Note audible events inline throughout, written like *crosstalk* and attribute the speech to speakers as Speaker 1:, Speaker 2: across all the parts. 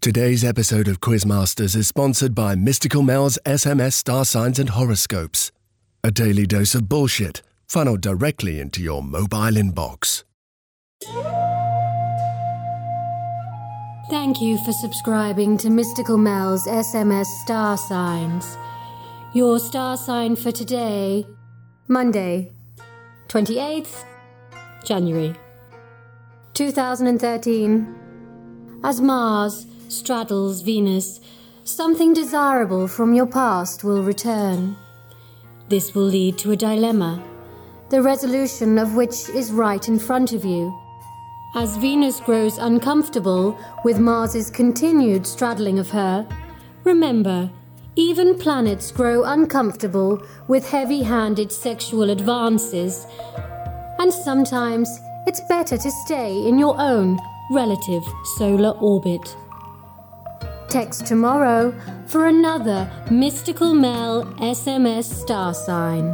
Speaker 1: Today's episode of Quizmasters is sponsored by Mystical Mel's SMS Star Signs and Horoscopes. A daily dose of bullshit funneled directly into your mobile inbox.
Speaker 2: Thank you for subscribing to Mystical Mel's SMS Star Signs. Your star sign for today, Monday, 28th January 2013. As Mars straddles Venus, something desirable from your past will return. This will lead to a dilemma, the resolution of which is right in front of you. As Venus grows uncomfortable with Mars's continued straddling of her, remember, even planets grow uncomfortable with heavy handed sexual advances, and sometimes it's better to stay in your own relative solar orbit. Text tomorrow for another Mystical Mel SMS star sign.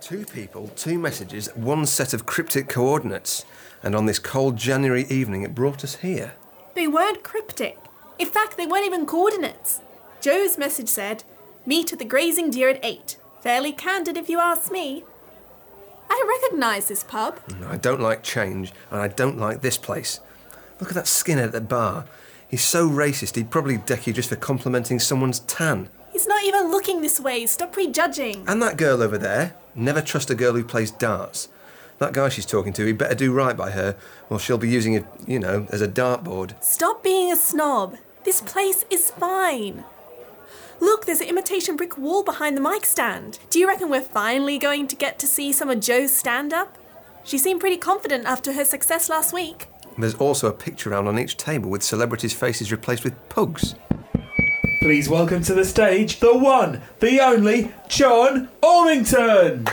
Speaker 3: Two people, two messages, one set of cryptic coordinates. And on this cold January evening, it brought us here.
Speaker 4: They weren't cryptic. In fact, they weren't even coordinates. Joe's message said, Meet at the grazing deer at 8. Fairly candid if you ask me. I recognise this pub.
Speaker 3: And I don't like change, and I don't like this place. Look at that skinhead at the bar. He's so racist, he'd probably deck you just for complimenting someone's tan.
Speaker 4: He's not even looking this way. Stop prejudging.
Speaker 3: And that girl over there, never trust a girl who plays darts. That guy she's talking to, he would better do right by her, or she'll be using it, you know, as a dartboard.
Speaker 4: Stop being a snob. This place is fine. Look, there's an imitation brick wall behind the mic stand. Do you reckon we're finally going to get to see some of Joe's stand up? She seemed pretty confident after her success last week.
Speaker 3: There's also a picture round on each table with celebrities' faces replaced with pugs.
Speaker 5: Please welcome to the stage the one, the only John Ormington.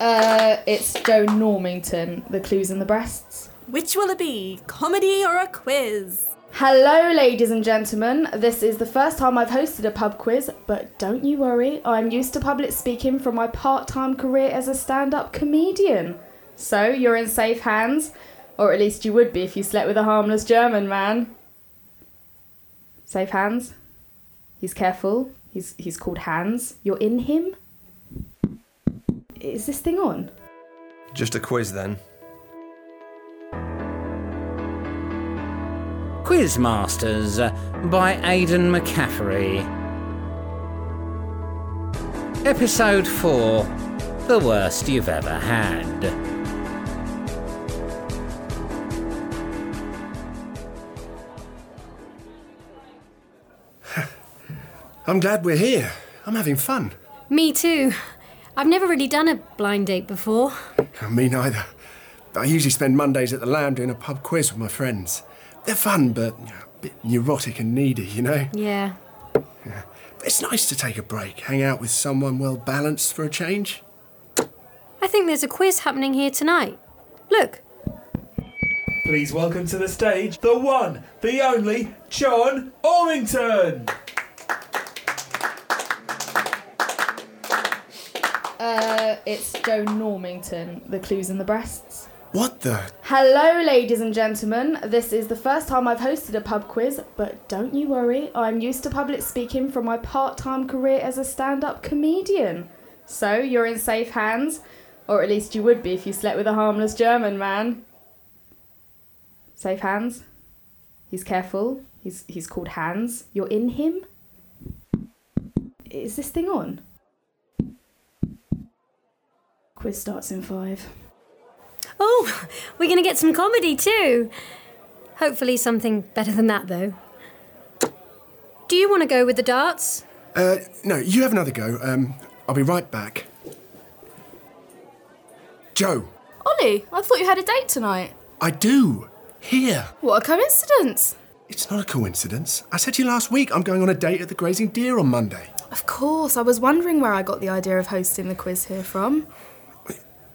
Speaker 6: Uh, it's Joe Normington, The Clues in the Breasts.
Speaker 4: Which will it be? Comedy or a quiz?
Speaker 6: Hello, ladies and gentlemen. This is the first time I've hosted a pub quiz, but don't you worry, I'm used to public speaking from my part time career as a stand up comedian. So you're in safe hands, or at least you would be if you slept with a harmless German man. Safe hands. He's careful. He's, he's called Hans. You're in him? Is this thing on?
Speaker 3: Just a quiz then.
Speaker 7: Quizmasters uh, by Aidan McCaffrey. Episode 4 The Worst You've Ever Had.
Speaker 1: I'm glad we're here. I'm having fun.
Speaker 2: Me too. I've never really done a blind date before.
Speaker 1: Me neither. I usually spend Mondays at the lounge doing a pub quiz with my friends. They're fun, but you know, a bit neurotic and needy, you know?
Speaker 2: Yeah.
Speaker 1: But it's nice to take a break, hang out with someone well balanced for a change.
Speaker 2: I think there's a quiz happening here tonight. Look,
Speaker 5: Please welcome to the stage the one, the only John Ormington.
Speaker 6: Uh, it's Joe Normington, The Clues in the Breasts.
Speaker 1: What the?
Speaker 6: Hello, ladies and gentlemen. This is the first time I've hosted a pub quiz, but don't you worry, I'm used to public speaking from my part time career as a stand up comedian. So you're in safe hands, or at least you would be if you slept with a harmless German man. Safe hands. He's careful. He's, he's called Hans. You're in him? Is this thing on? Quiz starts in five.
Speaker 2: Oh, *laughs* we're going to get some comedy too. Hopefully, something better than that, though. Do you want to go with the darts?
Speaker 1: Uh, no, you have another go. Um, I'll be right back. Joe,
Speaker 8: Ollie, I thought you had a date tonight.
Speaker 1: I do. Here.
Speaker 8: What a coincidence!
Speaker 1: It's not a coincidence. I said to you last week I'm going on a date at the Grazing Deer on Monday.
Speaker 8: Of course, I was wondering where I got the idea of hosting the quiz here from.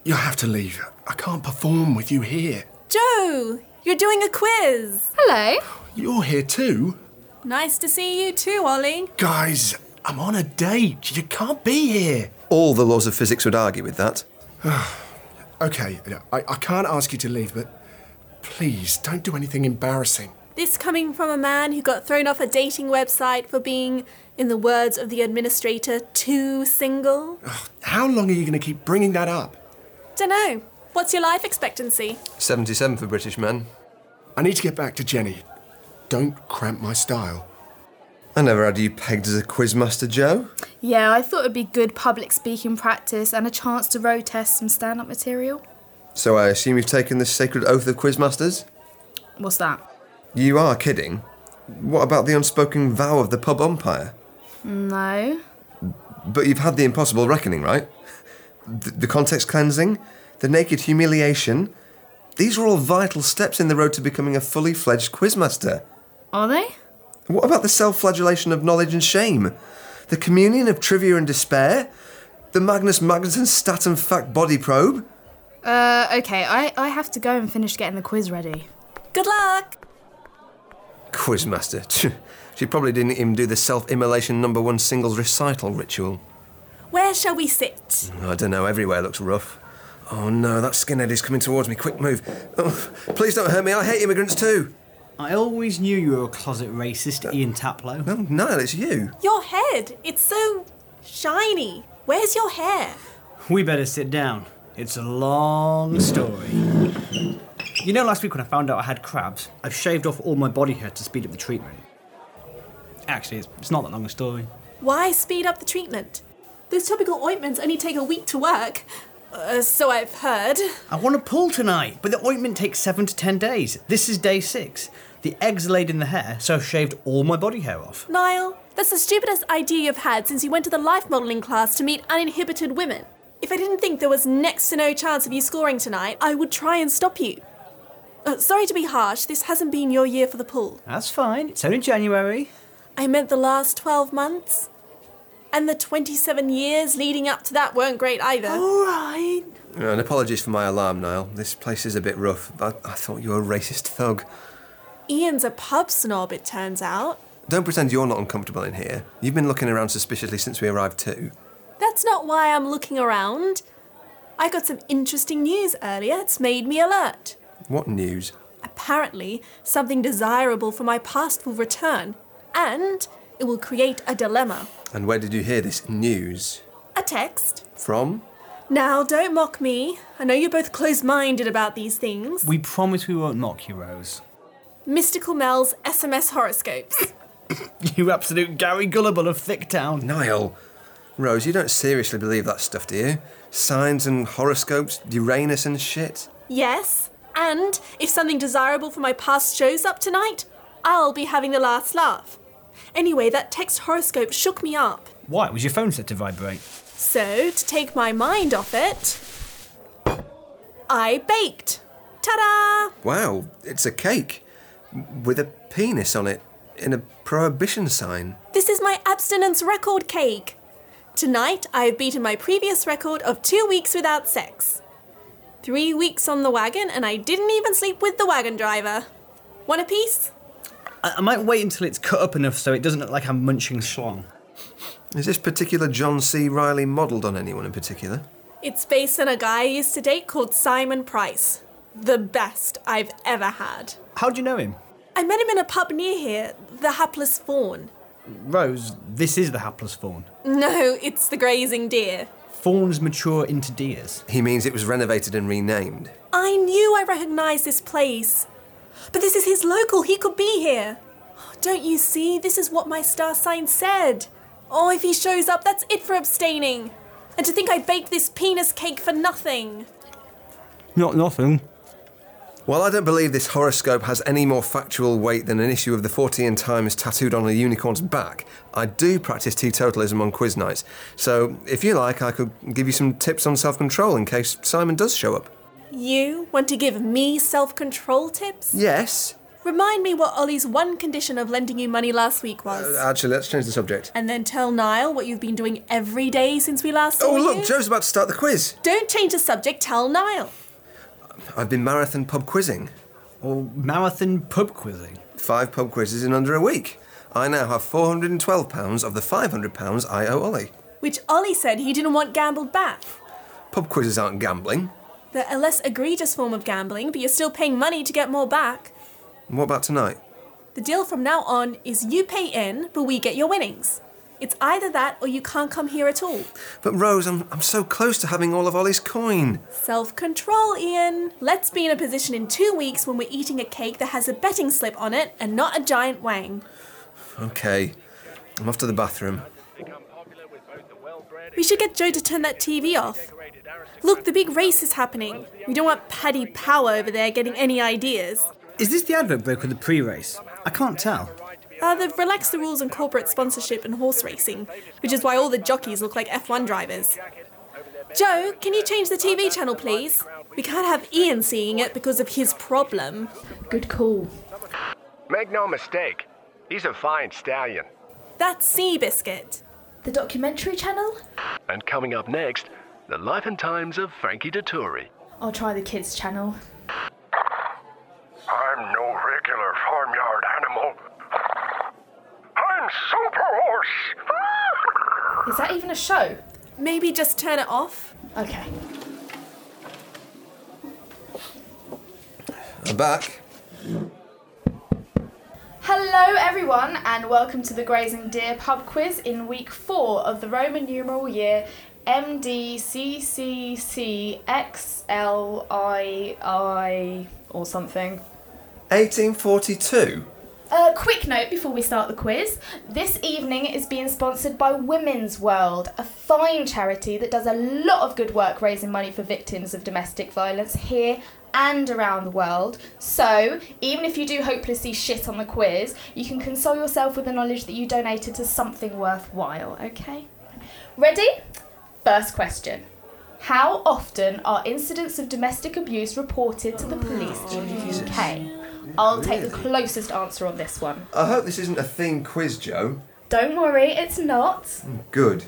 Speaker 1: You'll have to leave. I can't perform with you here.
Speaker 4: Joe, you're doing a quiz.
Speaker 8: Hello.
Speaker 1: You're here too?
Speaker 4: Nice to see you too, Ollie.
Speaker 1: Guys, I'm on a date. You can't be here.
Speaker 3: All the laws of physics would argue with that.
Speaker 1: Okay, I, I can't ask you to leave, but please don't do anything embarrassing.
Speaker 4: This coming from a man who got thrown off a dating website for being, in the words of the administrator, too single.
Speaker 1: How long are you going to keep bringing that up?
Speaker 4: Dunno. What's your life expectancy?
Speaker 3: 77 for British men.
Speaker 1: I need to get back to Jenny. Don't cramp my style.
Speaker 3: I never had you pegged as a quizmaster, Joe.
Speaker 8: Yeah, I thought it'd be good public speaking practice and a chance to road test some stand up material.
Speaker 3: So I assume you've taken this sacred oath of quizmasters?
Speaker 8: What's that?
Speaker 3: You are kidding. What about the unspoken vow of the pub umpire?
Speaker 8: No.
Speaker 3: But you've had the impossible reckoning, right? The, the context cleansing, the naked humiliation. These are all vital steps in the road to becoming a fully fledged quizmaster.
Speaker 8: Are they?
Speaker 3: What about the self flagellation of knowledge and shame? The communion of trivia and despair? The Magnus Magnusson stat and fact body probe?
Speaker 8: Uh, okay, I, I have to go and finish getting the quiz ready.
Speaker 4: Good luck!
Speaker 3: Quizmaster. *laughs* Tch, she probably didn't even do the self immolation number one singles recital ritual.
Speaker 4: Where shall we sit?
Speaker 3: I don't know, everywhere looks rough. Oh no, that skinhead is coming towards me. Quick move. Oh, please don't hurt me, I hate immigrants too.
Speaker 9: I always knew you were a closet racist, Ian Taplow.
Speaker 3: No, Niall, it's you.
Speaker 4: Your head. It's so shiny. Where's your hair?
Speaker 9: We better sit down. It's a long story. You know, last week when I found out I had crabs, I shaved off all my body hair to speed up the treatment. Actually, it's, it's not that long a story.
Speaker 4: Why speed up the treatment? Those topical ointments only take a week to work. Uh, so I've heard.
Speaker 9: I want to pull tonight, but the ointment takes seven to ten days. This is day six. The eggs laid in the hair, so I shaved all my body hair off.
Speaker 4: Niall, that's the stupidest idea you've had since you went to the life modelling class to meet uninhibited women. If I didn't think there was next to no chance of you scoring tonight, I would try and stop you. Uh, sorry to be harsh, this hasn't been your year for the pool.
Speaker 9: That's fine. It's only January.
Speaker 4: I meant the last 12 months. And the 27 years leading up to that weren't great either.
Speaker 9: All right.
Speaker 3: Uh, and apologies for my alarm, Niall. This place is a bit rough. I, I thought you were a racist thug.
Speaker 4: Ian's a pub snob, it turns out.
Speaker 3: Don't pretend you're not uncomfortable in here. You've been looking around suspiciously since we arrived too.
Speaker 4: That's not why I'm looking around. I got some interesting news earlier. It's made me alert.
Speaker 3: What news?
Speaker 4: Apparently, something desirable from my past will return, and it will create a dilemma.
Speaker 3: And where did you hear this news?
Speaker 4: A text.
Speaker 3: From?
Speaker 4: Now, don't mock me. I know you're both close minded about these things.
Speaker 9: We promise we won't mock you, Rose. *laughs*
Speaker 4: Mystical Mel's SMS horoscopes.
Speaker 9: You absolute Gary Gullible of Thick Town.
Speaker 3: Niall. Rose, you don't seriously believe that stuff, do you? Signs and horoscopes, Uranus and shit?
Speaker 4: yes, and if something desirable from my past shows up tonight, I'll be having the last laugh. Anyway, that text horoscope shook me up.
Speaker 9: Why? Was your phone set to vibrate?
Speaker 4: So, to take my mind off it, I baked. Ta da!
Speaker 3: Wow, it's a cake. With a penis on it. In a prohibition sign.
Speaker 4: This is my abstinence record cake. Tonight, I have beaten my previous record of two weeks without sex. Three weeks on the wagon, and I didn't even sleep with the wagon driver. Want a piece?
Speaker 9: I, I might wait until it's cut up enough so it doesn't look like I'm munching schlong.
Speaker 3: Is this particular John C. Riley modelled on anyone in particular?
Speaker 4: It's based on a guy I used to date called Simon Price. The best I've ever had.
Speaker 9: How do you know him?
Speaker 4: I met him in a pub near here, the Hapless Fawn.
Speaker 9: Rose, this is the hapless fawn.
Speaker 4: No, it's the grazing deer.
Speaker 9: Fawns mature into deers.
Speaker 3: He means it was renovated and renamed.
Speaker 4: I knew I recognised this place. But this is his local, he could be here. Oh, Don't you see? This is what my star sign said. Oh, if he shows up, that's it for abstaining. And to think I baked this penis cake for nothing.
Speaker 9: Not nothing.
Speaker 3: While I don't believe this horoscope has any more factual weight than an issue of the 14 Times tattooed on a unicorn's back, I do practice teetotalism on quiz nights. So, if you like, I could give you some tips on self control in case Simon does show up.
Speaker 4: You want to give me self control tips?
Speaker 3: Yes?
Speaker 4: Remind me what Ollie's one condition of lending you money last week was.
Speaker 3: Actually, let's change the subject.
Speaker 4: and then tell Niall what you've been doing every day since we last saw
Speaker 3: Oh,
Speaker 4: you.
Speaker 3: look, Joe's about to start the quiz.
Speaker 4: Don't change the subject, tell Niall.
Speaker 3: I've been marathon pub quizzing.
Speaker 9: Or marathon pub quizzing.
Speaker 3: Five pub quizzes in under a week. I now have £412 of the £500 I owe Ollie.
Speaker 4: Which Ollie said he didn't want gambled back.
Speaker 3: Pub quizzes aren't gambling.
Speaker 4: They're a less egregious form of gambling, but you're still paying money to get more back.
Speaker 3: And What about tonight?
Speaker 4: The deal from now on is you pay in, but we get your winnings. It's either that or you can't come here at all.
Speaker 3: But Rose, I'm, I'm so close to having all of Ollie's coin.
Speaker 4: Self control, Ian. Let's be in a position in two weeks when we're eating a cake that has a betting slip on it and not a giant wang.
Speaker 3: Okay, I'm off to the bathroom.
Speaker 4: We should get Joe to turn that TV off. Look, the big race is happening. We don't want Paddy Power over there getting any ideas.
Speaker 9: Is this the advert break or the pre race? I can't tell.
Speaker 4: Uh, they've relaxed the rules on corporate sponsorship and horse racing, which is why all the jockeys look like F1 drivers. Joe, can you change the TV channel, please? We can't have Ian seeing it because of his problem.
Speaker 6: Good call.
Speaker 10: Make no mistake, he's a fine stallion.
Speaker 4: That's Seabiscuit.
Speaker 6: The documentary channel?
Speaker 10: And coming up next, the life and times of Frankie Dettori.
Speaker 6: I'll try the kids' channel.
Speaker 10: I'm no regular farmyard animal. I'm Super Horse!
Speaker 6: Is that even a show?
Speaker 4: Maybe just turn it off?
Speaker 6: Okay.
Speaker 3: I'm back.
Speaker 6: Hello, everyone, and welcome to the Grazing Deer pub quiz in week four of the Roman numeral year MDCCCXLII or something.
Speaker 3: 1842?
Speaker 6: A quick note before we start the quiz. This evening is being sponsored by Women's World, a fine charity that does a lot of good work raising money for victims of domestic violence here and around the world. So, even if you do hopelessly shit on the quiz, you can console yourself with the knowledge that you donated to something worthwhile, okay? Ready? First question. How often are incidents of domestic abuse reported to the police in the UK? I'll take the closest answer on this one.
Speaker 3: I hope this isn't a theme quiz, Joe.
Speaker 6: Don't worry, it's not.
Speaker 3: Good.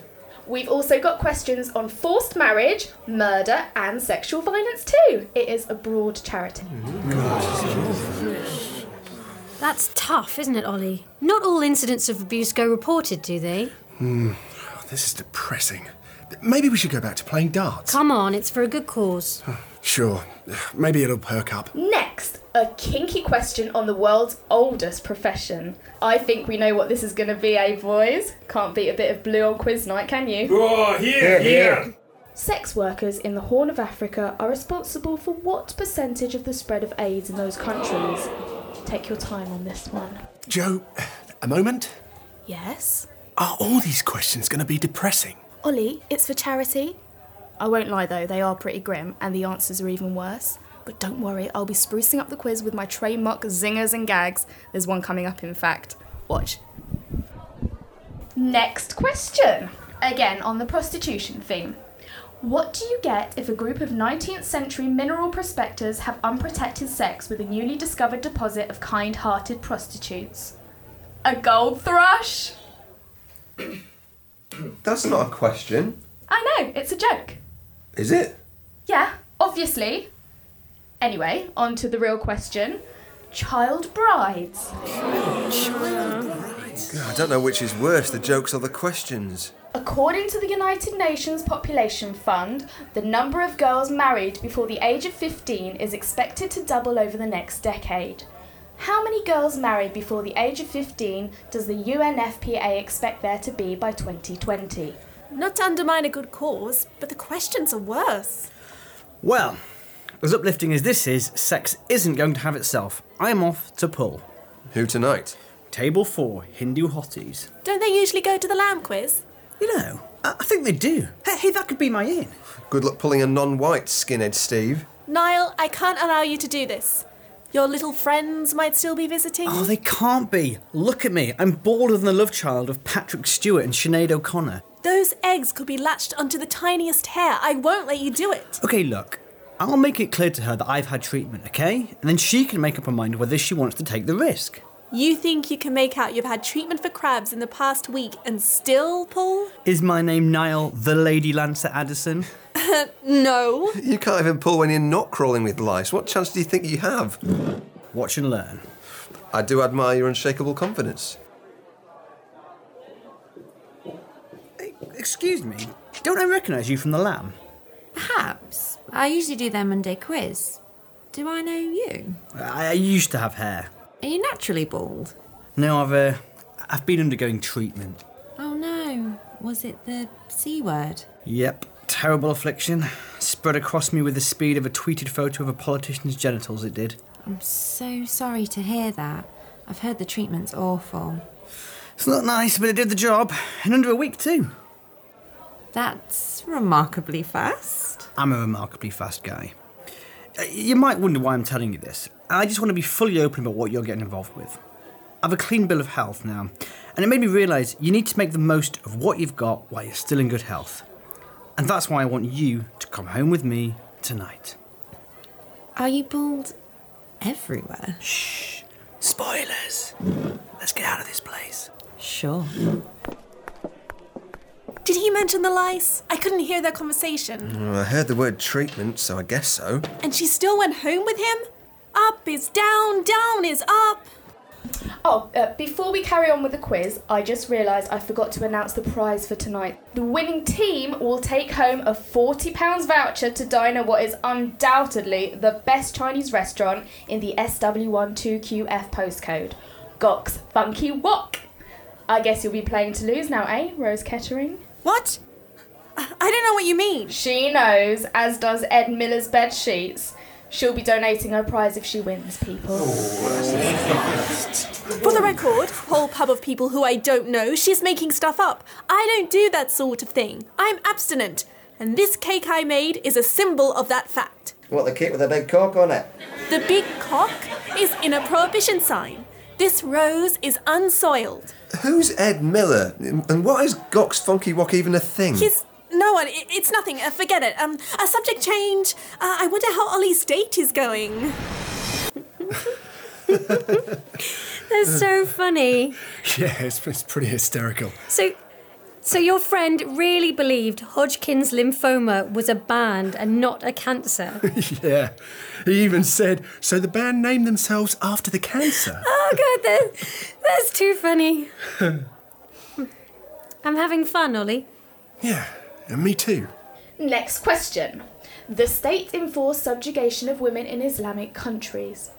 Speaker 6: We've also got questions on forced marriage, murder, and sexual violence too. It is a broad charity.
Speaker 2: That's tough, isn't it, Ollie? Not all incidents of abuse go reported, do they?
Speaker 1: Hmm. Oh, this is depressing. Maybe we should go back to playing darts.
Speaker 2: Come on, it's for a good cause.
Speaker 1: Sure. Maybe *laughs* it'll perk up.
Speaker 6: Next, a kinky question on the world's oldest profession. I think we know what this is going to be, eh, boys? Can't beat a bit of blue on quiz night, can you?
Speaker 5: Oh, here, here.
Speaker 6: Sex workers in the Horn of Africa are responsible for what percentage of the spread of AIDS in those countries? Take your time on this one.
Speaker 1: Joe, a moment.
Speaker 6: Yes?
Speaker 1: Are all these questions going to be depressing?
Speaker 6: Ollie, it's for charity. I won't lie though, they are pretty grim, and the answers are even worse. But don't worry, I'll be sprucing up the quiz with my trademark zingers and gags. There's one coming up, in fact. Watch. Next question. Again, on the prostitution theme. What do you get if a group of 19th century mineral prospectors have unprotected sex with a newly discovered deposit of kind hearted prostitutes? A gold thrush?
Speaker 3: That's not a question,
Speaker 6: I know, it's a joke.
Speaker 3: is it?
Speaker 6: Yeah, obviously. Anyway, on to the real question. Child brides.
Speaker 3: God, I don't know which is worse, the jokes or the questions.
Speaker 6: According to the United Nations Population Fund, the number of girls married before the age of 15 is expected to double over the next decade. How many girls married before the age of 15 does the UNFPA expect there to be by 2020?
Speaker 4: Not to undermine a good cause, but the questions are worse.
Speaker 9: Well, as uplifting as this is, sex isn't going to have itself. I'm off to pull.
Speaker 3: Who tonight?
Speaker 9: Table 4, Hindu Hotties.
Speaker 4: Don't they usually go to the lamb quiz?
Speaker 9: You know, I, I think they do. Hey, hey, that could be my in.
Speaker 3: Good luck pulling a non white skinhead, Steve.
Speaker 4: Niall, I can't allow you to do this. Your little friends might still be visiting.
Speaker 9: Oh, they can't be. Look at me. I'm bolder than the love child of Patrick Stewart and Sinead O'Connor.
Speaker 4: Those eggs could be latched onto the tiniest hair. I won't let you do it.
Speaker 9: Okay, look. I'll make it clear to her that I've had treatment, okay? And then she can make up her mind whether she wants to take the risk.
Speaker 4: You think you can make out you've had treatment for crabs in the past week and still pull?
Speaker 9: Is my name Niall the Lady Lancer Addison?
Speaker 4: *laughs* no.
Speaker 3: You can't even pull when you're not crawling with lice. What chance do you think you have?
Speaker 9: Watch and learn.
Speaker 3: I do admire your unshakable confidence.
Speaker 9: Excuse me, don't I recognise you from the lamb?
Speaker 11: Perhaps. I usually do their Monday quiz. Do I know you?
Speaker 9: I, I used to have hair.
Speaker 11: Are you naturally bald?
Speaker 9: Now I've uh, I've been undergoing treatment.
Speaker 11: Oh no. Was it the C word?
Speaker 9: Yep, terrible affliction. Spread across me with the speed of a tweeted photo of a politician's genitals. It did.
Speaker 11: I'm so sorry to hear that. I've heard the treatment's awful.
Speaker 9: It's not nice, but it did the job, in under a week too.
Speaker 11: That's remarkably fast.
Speaker 9: I'm a remarkably fast guy. Uh, You might wonder why I'm telling you this. I just want to be fully open about what you're getting involved with. I've a clean bill of health now, and it made me realise you need to make the most of what you've got while you're still in good health. And that's why I want you to come home with me tonight.
Speaker 11: Are you bald everywhere?
Speaker 9: Shh. Spoilers! Let's get out of this place.
Speaker 11: Sure.
Speaker 4: Did he mention the lice? I couldn't hear their conversation.
Speaker 9: Mm-hmm.
Speaker 3: Well, I heard the word treatment, so I guess so.
Speaker 4: And she still went home with him? Up is down, down is up.
Speaker 6: Oh, uh, before we carry on with the quiz, I just realised I forgot to announce the prize for tonight. The winning team will take home a £40 voucher to dine at what is undoubtedly the best Chinese restaurant in the SW12QF postcode Gok's Funky Wok. I guess you'll be playing to lose now, eh, Rose Kettering?
Speaker 4: What? I don't know what you mean.
Speaker 6: She knows, as does Ed Miller's bed sheets. She'll be donating her prize if she wins, people.
Speaker 4: For the record, whole pub of people who I don't know, she's making stuff up. I don't do that sort of thing. I'm abstinent. And this cake I made is a symbol of that fact.
Speaker 12: What, the cake with a big cock on it?
Speaker 4: The big cock is in a prohibition sign. This rose is unsoiled.
Speaker 3: Who's Ed Miller? And why is Gox Funky Wok even a thing?
Speaker 4: He's no one. It, it's nothing. Uh, forget it. Um, a subject change. Uh, I wonder how Ollie's date is going.
Speaker 2: They're so funny.
Speaker 1: Yeah, it's, it's pretty hysterical. *laughs*
Speaker 2: So, so your friend really believed Hodgkin's lymphoma was a band and not a cancer.
Speaker 1: yeah. He even said, so the band named themselves after the cancer. *laughs*
Speaker 2: oh god, that's, that's too funny. I'm having fun, Ollie.
Speaker 1: yeah, and me too.
Speaker 6: Next question. The state enforced subjugation of women in Islamic countries.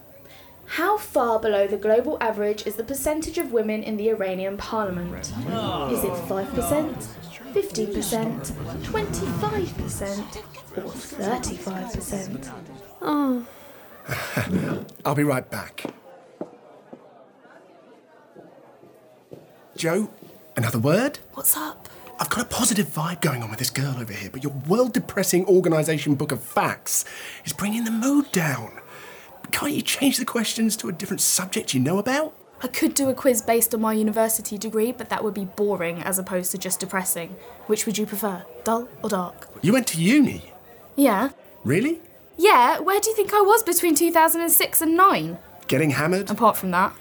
Speaker 6: How far below the global average is the percentage of women in the Iranian parliament? Is it 5%, 15%, 25%, or 35%?
Speaker 2: Oh,
Speaker 1: I'll be right back. Joe, another word?
Speaker 4: What's up?
Speaker 1: I've got a positive vibe going on with this girl over here, but your world depressing organisation book of facts is bringing the mood down. Can't you change the questions to a different subject you know about?
Speaker 8: I could do a quiz based on my university degree, but that would be boring as opposed to just depressing. Which would you prefer, dull or dark?
Speaker 1: You went to uni,
Speaker 8: Yeah.
Speaker 1: really?
Speaker 8: Yeah, where do you think I was between 2006 and 9?
Speaker 1: Getting hammered?
Speaker 8: Apart from that.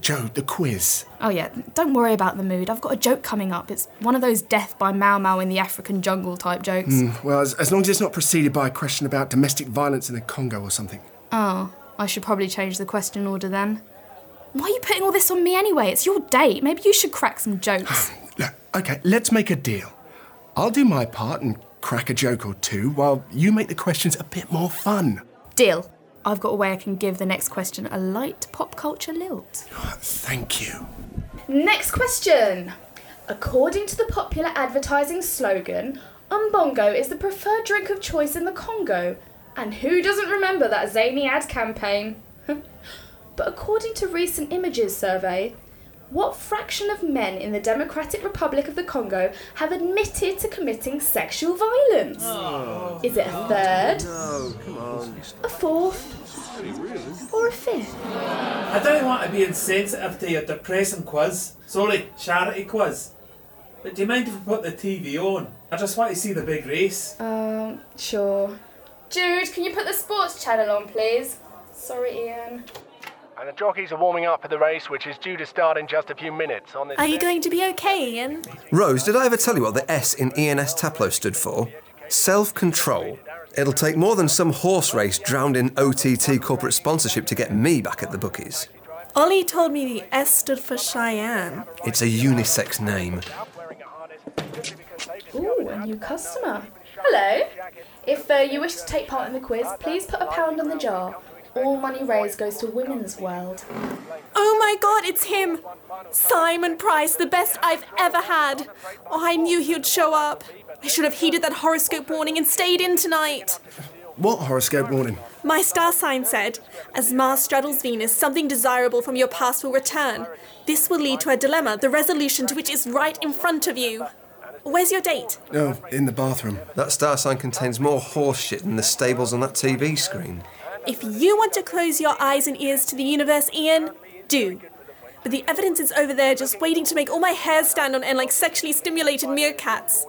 Speaker 1: Joe, the quiz.
Speaker 8: Oh, yeah, don't worry about the mood. I've got a joke coming up. It's one of those death by Mau Mau in the African jungle type jokes.
Speaker 1: Hmm, well, as, as long as it's not preceded by a question about domestic violence in the Congo or something.
Speaker 8: Oh, I should probably change the question order then. Why are you putting all this on me anyway? It's your date. Maybe you should crack some jokes.
Speaker 1: Okay, let's make a deal. I'll do my part and crack a joke or two while you make the questions a bit more fun.
Speaker 8: Deal. I've got a way I can give the next question a light pop culture lilt.
Speaker 1: Thank you.
Speaker 6: Next question. According to the popular advertising slogan, Umbongo is the preferred drink of choice in the Congo. And who doesn't remember that zany ad campaign? *laughs* but according to recent images survey, what fraction of men in the Democratic Republic of the Congo have admitted to committing sexual violence? Is it a third,
Speaker 3: Oh. No, come on.
Speaker 6: a fourth, or a fifth?
Speaker 5: I don't want to be insensitive after your uh, depressing quiz. Sorry, charity quiz. But do you mind if we put the TV on? I just want to see the big race.
Speaker 6: Um, sure. Jude, can you put the sports channel on, please? Sorry, Ian.
Speaker 10: And the jockeys are warming up for the race, which is due to start in just a few minutes. On this
Speaker 4: Are you going to be okay, Ian?
Speaker 3: Rose, did I ever tell you what the S in ENS Taplow stood for? Self control. It'll take more than some horse race drowned in OTT corporate sponsorship to get me back at the bookies.
Speaker 4: Ollie told me the S stood for Cheyenne.
Speaker 3: It's a unisex name.
Speaker 6: Ooh, a new customer. Hello. If uh, you wish to take part in the quiz, please put a pound on the jar. All money raised goes to Women's World.
Speaker 4: Oh my god, it's him! Simon Price, the best I've ever had! Oh, I knew he'd show up. I should have heeded that horoscope warning and stayed in tonight.
Speaker 13: What horoscope warning?
Speaker 4: My star sign said, as Mars straddles Venus, something desirable from your past will return. This will lead to a dilemma, the resolution to which is right in front of you. Where's your date?
Speaker 3: No, in the bathroom. That star sign contains more horse shit than the stables on that TV screen.
Speaker 4: If you want to close your eyes and ears to the universe, Ian, do. But the evidence is over there just waiting to make all my hair stand on end like sexually stimulated meerkats.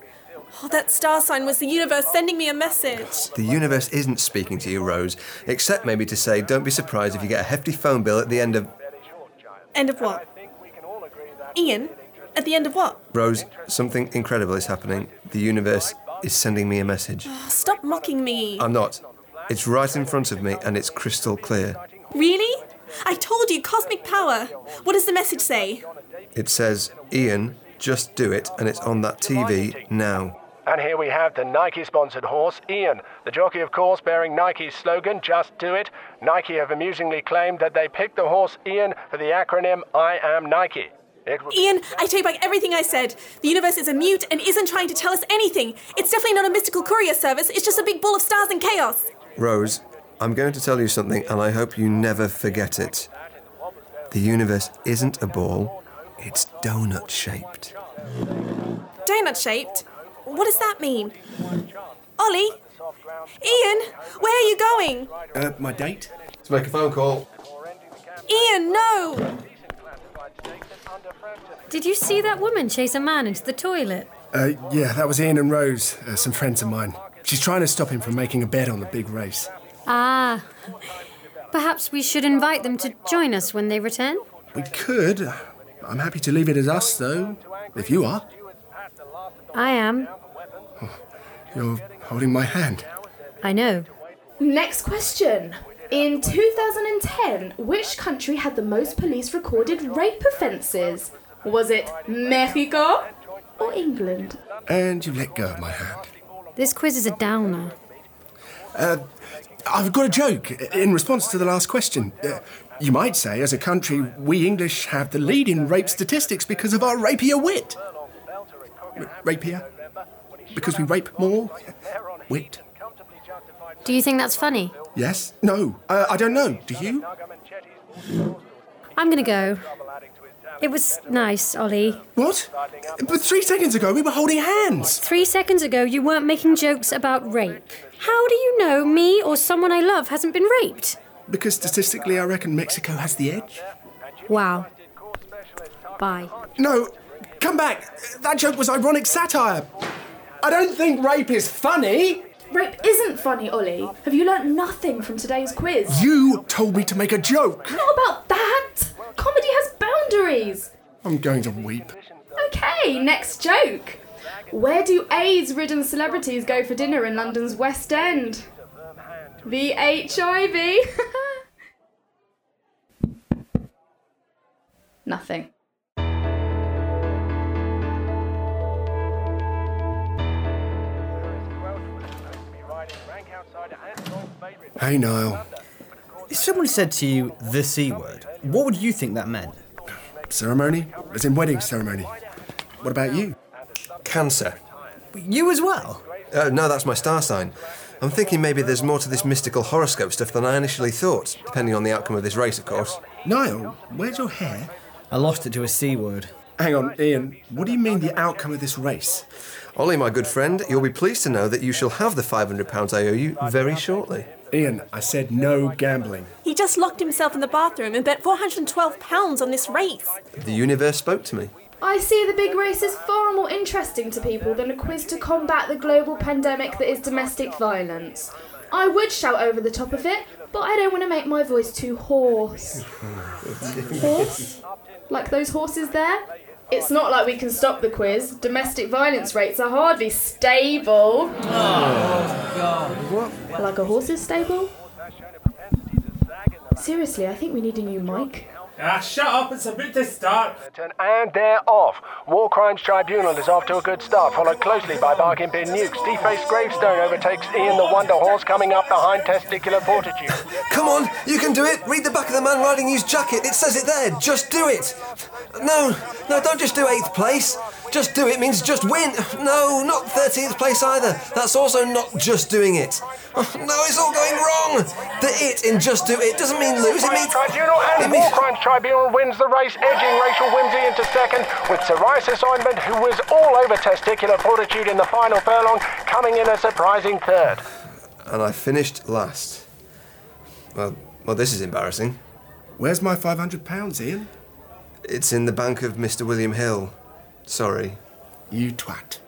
Speaker 4: Oh, that star sign was the universe sending me a message.
Speaker 3: The universe isn't speaking to you, Rose, except maybe to say don't be surprised if you get a hefty phone bill at the end of.
Speaker 4: End of what? Ian, at the end of what?
Speaker 3: Rose, something incredible is happening. The universe is sending me a message.
Speaker 4: Oh, stop mocking me.
Speaker 3: I'm not. It's right in front of me and it's crystal clear.
Speaker 4: Really? I told you, cosmic power. What does the message say?
Speaker 3: It says, Ian, just do it, and it's on that TV now.
Speaker 10: And here we have the Nike sponsored horse, Ian, the jockey, of course, bearing Nike's slogan, Just Do It. Nike have amusingly claimed that they picked the horse Ian for the acronym I Am Nike. It was
Speaker 4: Ian, I take back everything I said. The universe is a mute and isn't trying to tell us anything. It's definitely not a mystical courier service, it's just a big ball of stars and chaos.
Speaker 3: Rose, I'm going to tell you something, and I hope you never forget it. The universe isn't a ball, it's donut shaped.
Speaker 4: Donut shaped? What does that mean? Ollie? Ian, where are you going?
Speaker 1: Uh, my date?
Speaker 3: Let's make a phone call.
Speaker 4: Ian, no!
Speaker 2: Did you see that woman chase a man into the toilet?
Speaker 1: Uh, yeah, that was Ian and Rose, uh, some friends of mine. She's trying to stop him from making a bet on the big race.
Speaker 2: Ah. Perhaps we should invite them to join us when they return?
Speaker 1: We could. uh, I'm happy to leave it as us, though, if you are.
Speaker 2: I am.
Speaker 1: You're holding my hand.
Speaker 2: I know.
Speaker 6: Next question. In 2010, which country had the most police recorded rape offences? Was it Mexico or England?
Speaker 1: And you let go of my hand.
Speaker 2: This quiz is a downer.
Speaker 1: Uh, I've got a joke in response to the last question. Uh, you might say, as a country, we English have the lead in rape statistics because of our rapier wit. R- rapier? Because we rape more? Wit?
Speaker 2: Do you think that's funny?
Speaker 1: Yes? No? Uh, I don't know. Do you?
Speaker 2: I'm gonna go. It was nice, Ollie.
Speaker 1: What? But three seconds ago we were holding hands.
Speaker 2: Three seconds ago, you weren't making jokes about rape. How do you know me or someone I love hasn't been raped?
Speaker 1: Because statistically, I reckon Mexico has the edge.
Speaker 2: Wow. Bye.
Speaker 1: No, come back. That joke was ironic satire. I don't think rape is funny.
Speaker 6: Rape isn't funny, Ollie. Have you learnt nothing from today's quiz?
Speaker 1: You told me to make a joke.
Speaker 6: Not about that! Comedy has boundaries!
Speaker 1: I'm going to weep.
Speaker 6: Okay, next joke. Where do AIDS ridden celebrities go for dinner in London's West End? The HIV. *laughs* Nothing.
Speaker 1: Hey, Niall.
Speaker 9: If someone said to you the C word, what would you think that meant?
Speaker 1: Ceremony? As in wedding ceremony. What about you?
Speaker 3: Cancer.
Speaker 9: You as well?
Speaker 3: Uh, no, that's my star sign. I'm thinking maybe there's more to this mystical horoscope stuff than I initially thought, depending on the outcome of this race, of course.
Speaker 1: Niall, where's your hair?
Speaker 9: I lost it to a C word.
Speaker 1: Hang on, Ian. What do you mean the outcome of this race?
Speaker 3: Ollie, my good friend, you'll be pleased to know that you shall have the £500 I owe you very shortly.
Speaker 1: Ian, I said no gambling.
Speaker 4: He just locked himself in the bathroom and bet £412 on this race.
Speaker 3: The universe spoke to me.
Speaker 6: I see the big race is far more interesting to people than a quiz to combat the global pandemic that is domestic violence. I would shout over the top of it, but I don't want to make my voice too hoarse. Horse? Like those horses there? It's not like we can stop the quiz. Domestic violence rates are hardly stable. Like a horse's stable? Seriously, I think we need a new mic.
Speaker 5: Ah, shut up, it's about to start.
Speaker 10: And they're off. War Crimes Tribunal is off to a good start, followed closely by Bargain Bin Nukes. Defaced Gravestone overtakes Ian the Wonder Horse coming up behind Testicular Fortitude.
Speaker 3: Come on, you can do it. Read the back of the man riding his jacket. It says it there. Just do it. No, no, don't just do eighth place. Just do it means just win. No, not 13th place either. That's also not just doing it. Oh, No, it's all going wrong. The it in just do it doesn't mean lose. It means.
Speaker 10: Tribunal
Speaker 3: it
Speaker 10: and
Speaker 3: means-
Speaker 10: War Crimes Tribunal wins the race, edging Rachel Whimsy into second, with Psoriasis Ointment, who was all over Testicular Fortitude in the final furlong, coming in a surprising third.
Speaker 3: And I finished last. Well, well, this is embarrassing.
Speaker 1: Where's my £500, Ian?
Speaker 3: It's in the bank of Mr. William Hill. Sorry.
Speaker 1: You twat.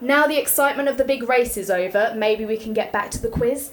Speaker 6: Now the excitement of the big race is over, maybe we can get back to the quiz.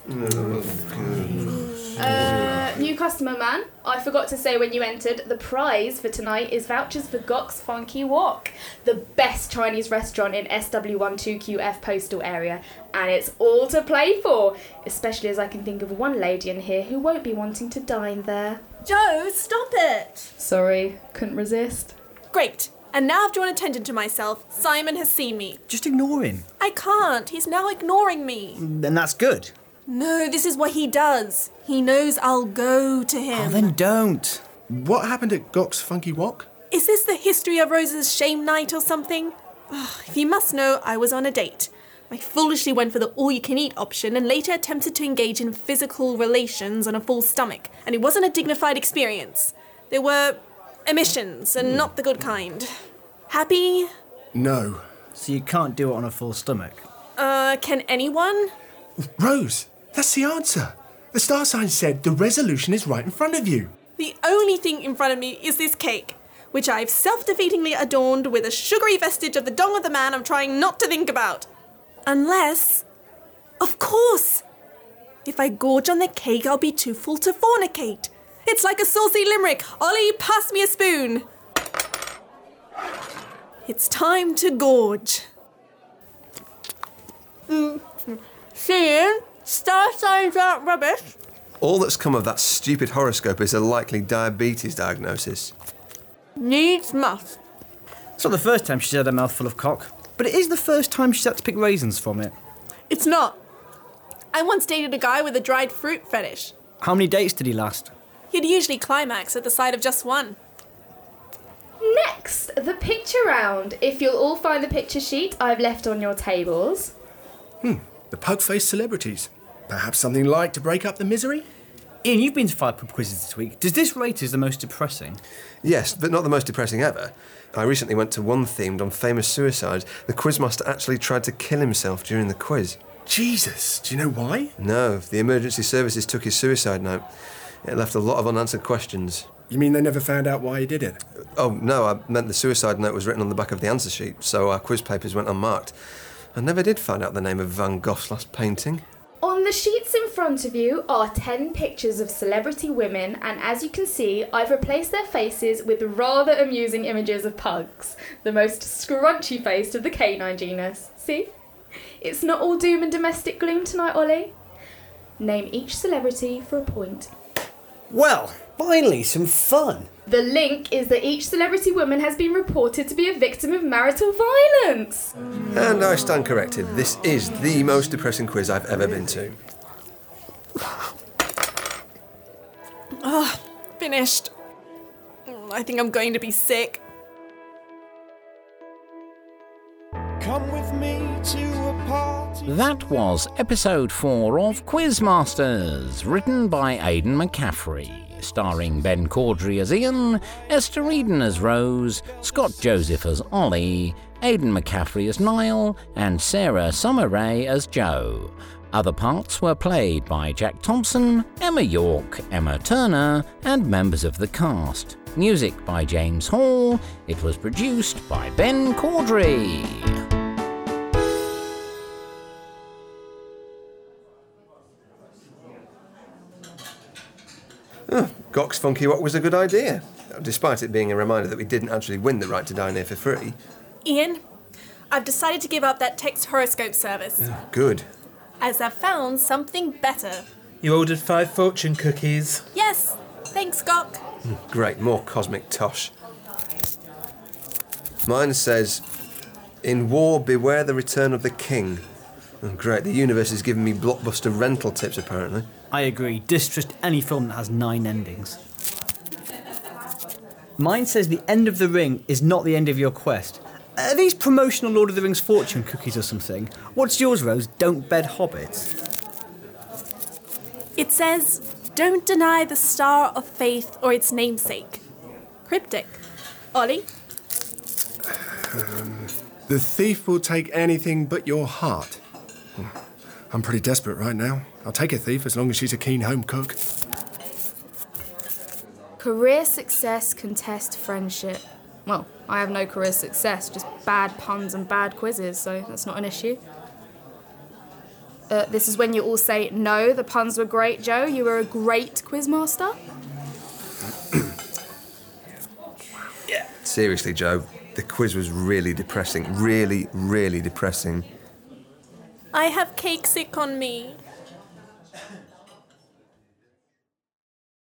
Speaker 6: Uh, new customer man, I forgot to say when you entered, the prize for tonight is vouchers for Gok's Funky Walk, the best Chinese restaurant in SW12QF postal area, and it's all to play for, especially as I can think of one lady in here who won't be wanting to dine there.
Speaker 4: Joe, stop it!
Speaker 6: Sorry, couldn't resist.
Speaker 4: Great. And now I've drawn attention to myself. Simon has seen me.
Speaker 9: Just ignore him.
Speaker 4: I can't. He's now ignoring me.
Speaker 9: Then that's good.
Speaker 4: No, this is what he does. He knows I'll go to him.
Speaker 9: Oh, Then don't.
Speaker 1: What happened at Gok's Funky Walk?
Speaker 4: Is this the history of Rose's shame night or something? Ugh, if you must know, I was on a date. I foolishly went for the all you can eat option and later attempted to engage in physical relations on a full stomach, and it wasn't a dignified experience. There were emissions, and not the good kind. Happy?
Speaker 1: No.
Speaker 9: So you can't do it on a full stomach.
Speaker 4: Uh, can anyone?
Speaker 1: Rose, that's the answer. The star sign said the resolution is right in front of you.
Speaker 4: The only thing in front of me is this cake, which I've self defeatingly adorned with a sugary vestige of the dong of the man I'm trying not to think about. Unless. Of course! If I gorge on the cake, I'll be too full to fornicate. It's like a saucy limerick. Ollie, pass me a spoon. It's time to gorge. Mm. Seeing star signs aren't rubbish.
Speaker 3: All that's come of that stupid horoscope is a likely diabetes diagnosis.
Speaker 4: Needs must.
Speaker 9: It's not the first time she's had a mouthful of cock, but it is the first time she's had to pick raisins from it.
Speaker 4: It's not. I once dated a guy with a dried fruit fetish.
Speaker 9: How many dates did he last?
Speaker 4: He'd usually climax at the sight of just one.
Speaker 6: Next, the picture round. If you'll all find the picture sheet I've left on your tables.
Speaker 1: The pug faced celebrities. Perhaps something like to break up the misery?
Speaker 9: Ian, you've been to five pub quizzes this week. Does this rate as the most depressing?
Speaker 3: Yes, but not the most depressing ever. I recently went to one themed on famous suicides. The quizmaster actually tried to kill himself during the quiz.
Speaker 1: Jesus, do you know why?
Speaker 3: No, the emergency services took his suicide note. It left a lot of unanswered questions.
Speaker 1: You mean they never found out why he did it?
Speaker 3: Oh, no, I meant the suicide note was written on the back of the answer sheet, so our quiz papers went unmarked. I never did find out the name of Van Gogh's last painting.
Speaker 6: On the sheets in front of you are 10 pictures of celebrity women, and as you can see, I've replaced their faces with rather amusing images of pugs, the most scrunchy faced of the canine genus. See? It's not all doom and domestic gloom tonight, Ollie. Name each celebrity for a point.
Speaker 14: Well, finally, some fun.
Speaker 6: The link is that each celebrity woman has been reported to be a victim of marital violence.
Speaker 3: And I stand corrected. This is the most depressing quiz I've ever been to.
Speaker 4: Ugh, finished. Mm, I think I'm going to be sick.
Speaker 15: Come with me to a party.
Speaker 7: That was episode four of Quizmasters, written by Aidan McCaffrey, starring Ben Caudry as Ian, Esther Eden as Rose, Scott Joseph as Ollie, Aidan McCaffrey as Niall, and Sarah Summeray as Joe. Other parts were played by Jack Thompson, Emma York, Emma Turner, and members of the cast. Music by James Hall. It was produced by Ben Caudry.
Speaker 3: Gox Funky What was a good idea, despite it being a reminder that we didn't actually win the right to dine here for free.
Speaker 4: Ian, I've decided to give up that text horoscope service,
Speaker 3: Good.
Speaker 4: as I've found something better.
Speaker 16: You ordered five fortune cookies.
Speaker 4: Yes, Thanks, Gok.
Speaker 3: Great, more cosmic tosh. Mine says, In war, beware the return of the king. Oh, great, the universe is giving me blockbuster rental tips, apparently.
Speaker 9: I agree. Distrust any film that has nine endings. Mine says the end of the ring is not the end of your quest. Are these promotional Lord of the Rings fortune cookies or something? What's yours, Rose? Don't bed hobbits.
Speaker 4: It says, Don't deny the star of faith or its namesake. Cryptic. Ollie?
Speaker 13: Um, the thief will take anything but your heart. Hmm. I'm pretty desperate right now. I'll take a thief as long as she's a keen home cook.
Speaker 6: Career success contest friendship. Well, I have no career success, just bad puns and bad quizzes, so that's not an issue. Uh, this is when you all say, No, the puns were great, Joe. You were a great quizmaster.
Speaker 3: Seriously, Joe, the quiz was really depressing. Really, really depressing.
Speaker 4: I have cake sick on me.